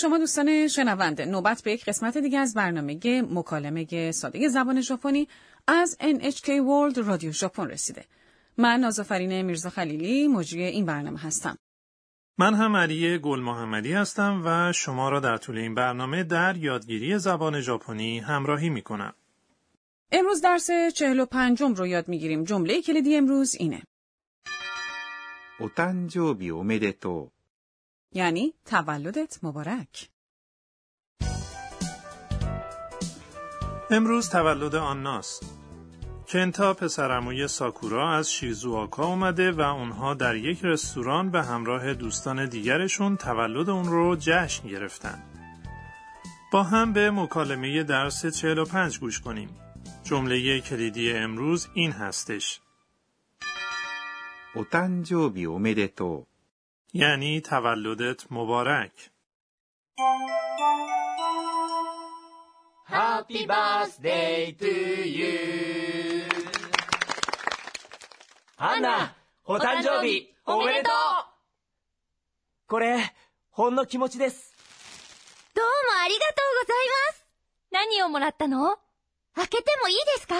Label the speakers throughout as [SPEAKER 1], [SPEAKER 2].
[SPEAKER 1] شما دوستان شنونده نوبت به یک قسمت دیگه از برنامه مکالمه ساده زبان ژاپنی از NHK World رادیو ژاپن رسیده من نازافرین میرزا خلیلی مجری این برنامه هستم
[SPEAKER 2] من هم علی گل محمدی هستم و شما را در طول این برنامه در یادگیری زبان ژاپنی همراهی می کنم.
[SPEAKER 1] امروز درس 45 رو یاد میگیریم. جمله کلیدی امروز اینه.
[SPEAKER 3] お誕生日おめでと
[SPEAKER 1] یعنی تولدت مبارک.
[SPEAKER 2] امروز تولد آناست. کنتا پسرعموی ساکورا از شیزوآکا اومده و اونها در یک رستوران به همراه دوستان دیگرشون تولد اون رو جشن گرفتن. با هم به مکالمه درس 45 گوش کنیم. جمله کلیدی امروز این هستش.
[SPEAKER 3] う。お誕生日おめでと
[SPEAKER 2] یعنی تولدت مبارک.
[SPEAKER 4] Happy birthday to you アンナ、お誕生日おめでとうこれ、ほんの気持ちです。
[SPEAKER 5] どうもありがとうございます。何をもらったの開けてもいいですか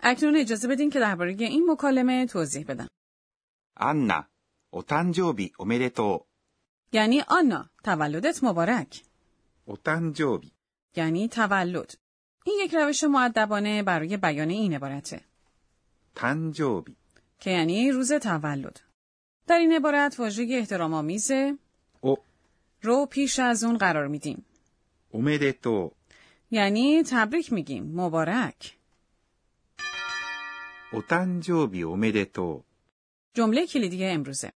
[SPEAKER 1] اکنون اجازه بدین که درباره این مکالمه توضیح بدم.
[SPEAKER 3] う。アンナ、お誕生日おめでと
[SPEAKER 1] یعنی آنا تولدت مبارک.
[SPEAKER 3] う。お誕生日、
[SPEAKER 1] یعنی تولد. این یک روش معدبانه برای بیان این عبارته.
[SPEAKER 3] 誕生日
[SPEAKER 1] که یعنی روز تولد. در این عبارت واژه احترام آمیز
[SPEAKER 3] を
[SPEAKER 1] رو پیش از اون قرار میدیم.
[SPEAKER 3] おめでと
[SPEAKER 1] یعنی تبریک میگیم مبارک.
[SPEAKER 3] う。お誕生日おめでと
[SPEAKER 1] جمله کلیدی امروزه.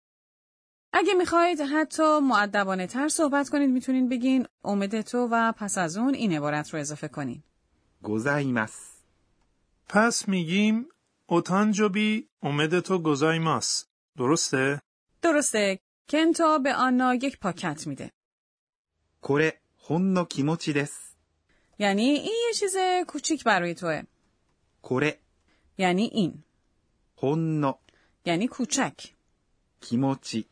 [SPEAKER 1] اگه میخواید حتی معدبانه تر صحبت کنید میتونین بگین اومده تو و پس از اون این عبارت رو اضافه کنین.
[SPEAKER 3] う。ございます。
[SPEAKER 2] پس میگیم اوتانجوبی اومدتو گزایماس. درسته؟
[SPEAKER 1] درسته کنتا به آنا یک پاکت میده.
[SPEAKER 3] これ、ほんの気持ちです。
[SPEAKER 1] یعنی این یه چیز کوچیک برای توه.
[SPEAKER 3] これ、
[SPEAKER 1] یعنی این.
[SPEAKER 3] ほんの
[SPEAKER 1] یعنی کوچک.
[SPEAKER 3] 気持ち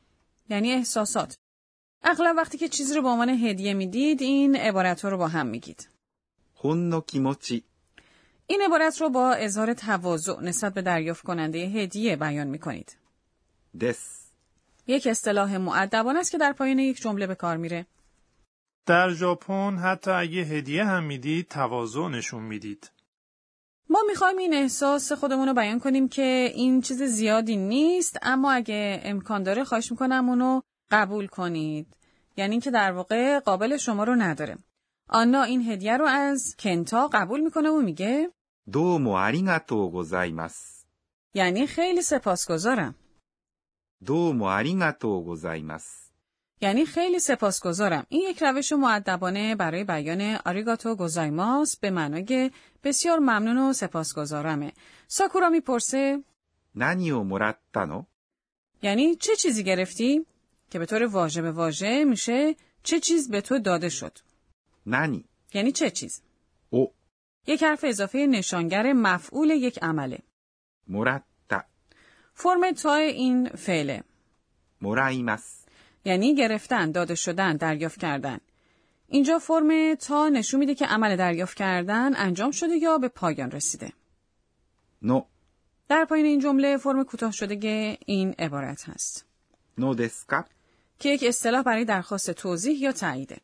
[SPEAKER 1] یعنی احساسات. اغلب وقتی که چیزی رو به عنوان هدیه میدید این عبارت رو با هم میگید.
[SPEAKER 3] ほんの気持ち
[SPEAKER 1] این عبارت رو با اظهار تواضع نسبت به دریافت کننده هدیه بیان میکنید.
[SPEAKER 3] です。
[SPEAKER 1] یک اصطلاح معدبانه است که در پایان یک جمله به کار میره.
[SPEAKER 2] در ژاپن حتی اگه هدیه هم میدید تواضع نشون میدید.
[SPEAKER 1] ما میخوایم این احساس خودمون رو بیان کنیم که این چیز زیادی نیست اما اگه امکان داره خواهش میکنم اونو قبول کنید. یعنی اینکه در واقع قابل شما رو نداره. آنا این هدیه رو از کنتا قبول میکنه و میگه
[SPEAKER 3] どうもありがとうございます。
[SPEAKER 1] یعنی خیلی سپاسگزارم.
[SPEAKER 3] どうもありがとうございます。
[SPEAKER 1] یعنی خیلی سپاسگزارم. این یک روش معدبانه برای بیان آریگاتو گوزایماس به معنای بسیار ممنون و سپاسگزارمه. ساکورا میپرسه
[SPEAKER 3] 何をもらったの
[SPEAKER 1] یعنی چه چیزی گرفتی؟ که به طور واژه به واژه میشه چه چیز به تو داده شد؟
[SPEAKER 3] 何
[SPEAKER 1] یعنی چه چیز؟
[SPEAKER 3] を
[SPEAKER 1] یک حرف اضافه نشانگر مفعول یک عمله.
[SPEAKER 3] もらった、
[SPEAKER 1] فرم تا این فعله.
[SPEAKER 3] もらいます。
[SPEAKER 1] یعنی گرفتن، داده شدن، دریافت کردن. اینجا فرم تا نشون میده که عمل دریافت کردن انجام شده یا به پایان رسیده.
[SPEAKER 3] の、
[SPEAKER 1] در پایین این جمله فرم کوتاه شده که این عبارت هست
[SPEAKER 3] のですか
[SPEAKER 1] که یک اصطلاح برای درخواست توضیح یا تاییده.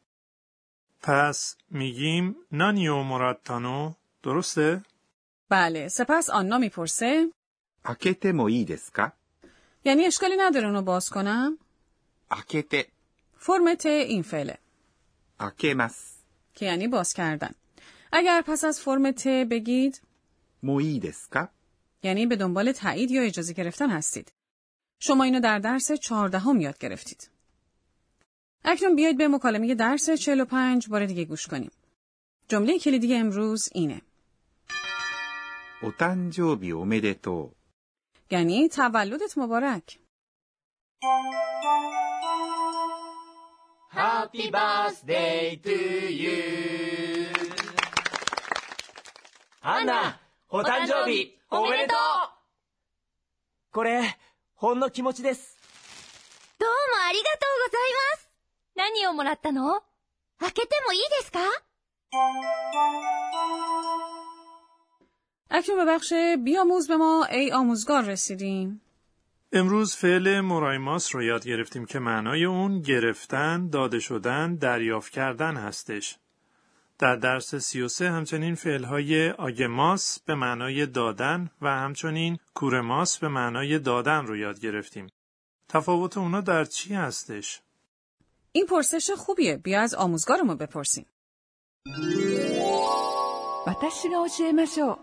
[SPEAKER 2] پس میگیم نانیو مراتانو درسته؟
[SPEAKER 1] بله، سپس آنا میپرسه
[SPEAKER 3] 開けてもいいですか
[SPEAKER 1] یعنی اشکالی نداره اونو باز کنم؟
[SPEAKER 3] 開けて、
[SPEAKER 1] فرم ت این فعله
[SPEAKER 3] 開けます。
[SPEAKER 1] که یعنی باز کردن. اگر پس از فرم ت بگید
[SPEAKER 3] もういいですか
[SPEAKER 1] یعنی به دنبال تایید یا اجازه گرفتن هستید. شما اینو در درس چهاردهم یاد گرفتید. اکنون بیایید به مکالمه درس 45 بار دیگه گوش کنیم. جمله کلیدی امروز اینه.
[SPEAKER 3] お誕生日おめでと
[SPEAKER 1] یعنی تولدت مبارک.
[SPEAKER 4] ハッピーバースデートゥーユーアンナ、お誕生日おめでとうこれ、ほんの気持ちです。
[SPEAKER 5] どうもありがとうございます。何をもらったの開けてもいいですか
[SPEAKER 1] اکنون به بخش بیاموز به ما ای آموزگار رسیدیم.
[SPEAKER 2] امروز فعل مرایماس رو یاد گرفتیم که معنای اون گرفتن، داده شدن، دریافت کردن هستش. در درس 33 همچنین فعلهای آگماس به معنای دادن و همچنین کورماس به معنای دادن رو یاد گرفتیم. تفاوت اونا در چی هستش؟
[SPEAKER 1] این پرسش خوبیه. بیا از آموزگارمون بپرسیم.
[SPEAKER 6] 私が教えましょう。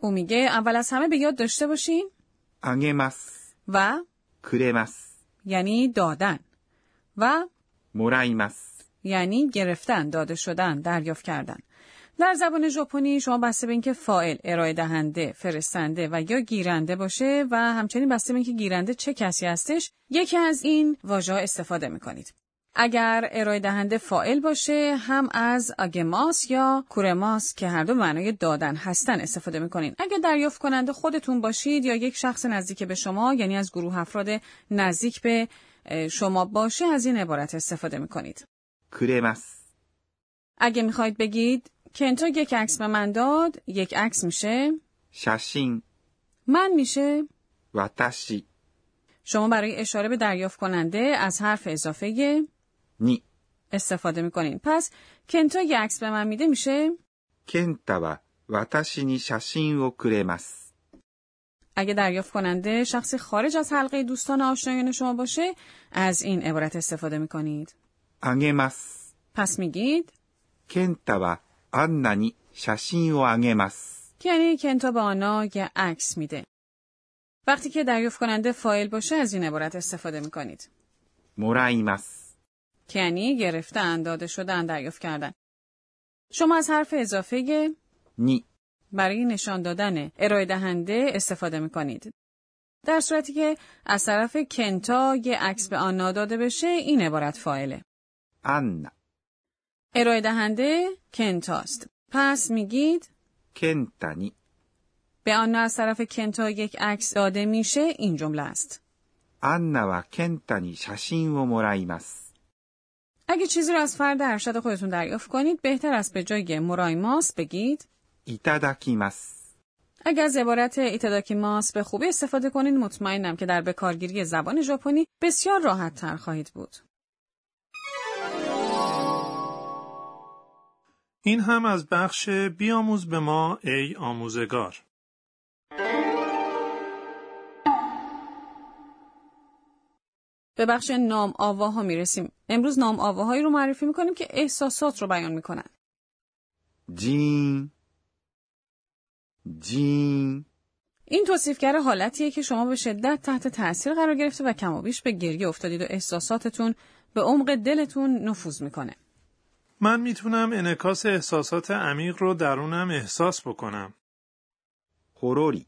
[SPEAKER 1] او میگه اول از همه به یاد داشته باشین
[SPEAKER 3] あげます。
[SPEAKER 1] و
[SPEAKER 3] くれます。
[SPEAKER 1] یعنی دادن و
[SPEAKER 3] もらいます。
[SPEAKER 1] یعنی گرفتن، داده شدن، دریافت کردن. در زبان ژاپنی شما بسته به اینکه فاعل ارائه دهنده، فرستنده و یا گیرنده باشه و همچنین بسته به اینکه گیرنده چه کسی هستش، یکی از این واژه‌ها استفاده می‌کنید. اگر ارائه دهنده فاعل باشه هم از آگماس یا کورماس که هر دو معنای دادن هستن استفاده میکنین اگر دریافت کننده خودتون باشید یا یک شخص نزدیک به شما یعنی از گروه افراد نزدیک به اه، شما باشه از این عبارت استفاده میکنید
[SPEAKER 3] くれます。
[SPEAKER 1] اگه میخواید بگید کنتا یک عکس به من داد یک عکس میشه
[SPEAKER 3] 写真、
[SPEAKER 1] من میشه
[SPEAKER 3] 私、
[SPEAKER 1] شما برای اشاره به دریافت کننده از حرف اضافه
[SPEAKER 3] に。
[SPEAKER 1] استفاده میکنین پس کنتا یک عکس به من میده میشه
[SPEAKER 3] 健太は私に写真をくれます。
[SPEAKER 1] اگه دریافت کننده شخصی خارج از حلقه دوستان و آشنایان شما باشه از این عبارت استفاده میکنید
[SPEAKER 3] あげます。
[SPEAKER 1] پس میگید
[SPEAKER 3] 健太はアンナに写真をあげます。
[SPEAKER 1] که یعنی کنتا به آنا یه عکس میده وقتی که دریافت کننده فایل باشه از این عبارت استفاده میکنید
[SPEAKER 3] もらいます。
[SPEAKER 1] که یعنی گرفتن داده شدن دریافت کردن شما از حرف اضافه
[SPEAKER 3] に。
[SPEAKER 1] برای نشان دادن ارائه دهنده استفاده می کنید. در صورتی که از طرف کنتا یه عکس به آنا داده بشه این عبارت فاعله.
[SPEAKER 3] アンナ、
[SPEAKER 1] ارائه دهنده کنتاست. پس میگید
[SPEAKER 3] 健太に
[SPEAKER 1] به آنا از طرف کنتا یک عکس داده میشه این جمله است.
[SPEAKER 3] アンナは健太に写真をもらいます。
[SPEAKER 1] اگه چیزی رو از فرد ارشد خودتون دریافت کنید بهتر است به جای مرایماس بگید
[SPEAKER 3] いただきます。
[SPEAKER 1] اگر از عبارت ایتاداکیماس به خوبی استفاده کنید مطمئنم که در بکارگیری زبان ژاپنی بسیار راحت تر خواهید بود.
[SPEAKER 2] این هم از بخش بیاموز به ما ای آموزگار.
[SPEAKER 1] به بخش نام آواها میرسیم. امروز نام آواهایی رو معرفی میکنیم که احساسات رو بیان میکنن.
[SPEAKER 3] ジーン。ジーン。
[SPEAKER 1] این توصیفگر حالتیه که شما به شدت تحت تاثیر قرار گرفته و کم و بیش به گریه افتادید و احساساتتون به عمق دلتون نفوذ میکنه.
[SPEAKER 2] من میتونم انعکاس احساسات عمیق رو درونم احساس بکنم.
[SPEAKER 3] ほろり。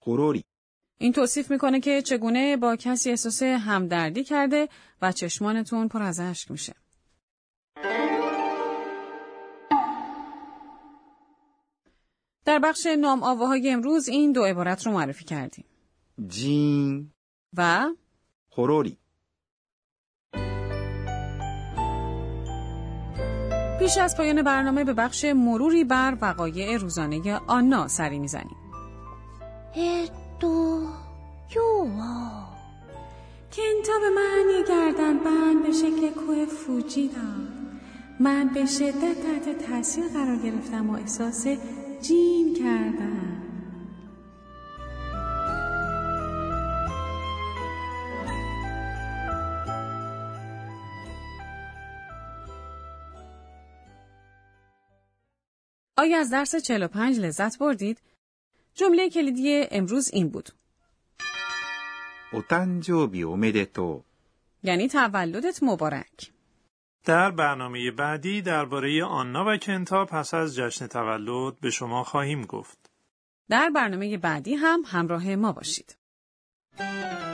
[SPEAKER 3] ほろり。
[SPEAKER 1] این توصیف میکنه که چگونه با کسی احساس همدردی کرده و چشمانتون پر از اشک میشه. در بخش نام آواهای امروز این دو عبارت رو معرفی کردیم.
[SPEAKER 3] ジーン。
[SPEAKER 1] و
[SPEAKER 3] ほろり。
[SPEAKER 1] پیش از پایان برنامه به بخش مروری بر وقایع روزانه آنا سری میزنیم
[SPEAKER 5] えーっと、今日は、
[SPEAKER 1] کنتا به من یه گردن بند به شکل کوه فوجی داد من به شدت تحت تاثیر قرار گرفتم و احساس جین کردم آیا از درس 45 لذت بردید؟ جمله کلیدی امروز این بود.
[SPEAKER 3] お誕生日おめでと
[SPEAKER 1] یعنی تولدت مبارک.
[SPEAKER 2] در برنامه بعدی درباره آنا و کنتا پس از جشن تولد به شما خواهیم گفت.
[SPEAKER 1] در برنامه بعدی هم همراه ما باشید.
[SPEAKER 3] う。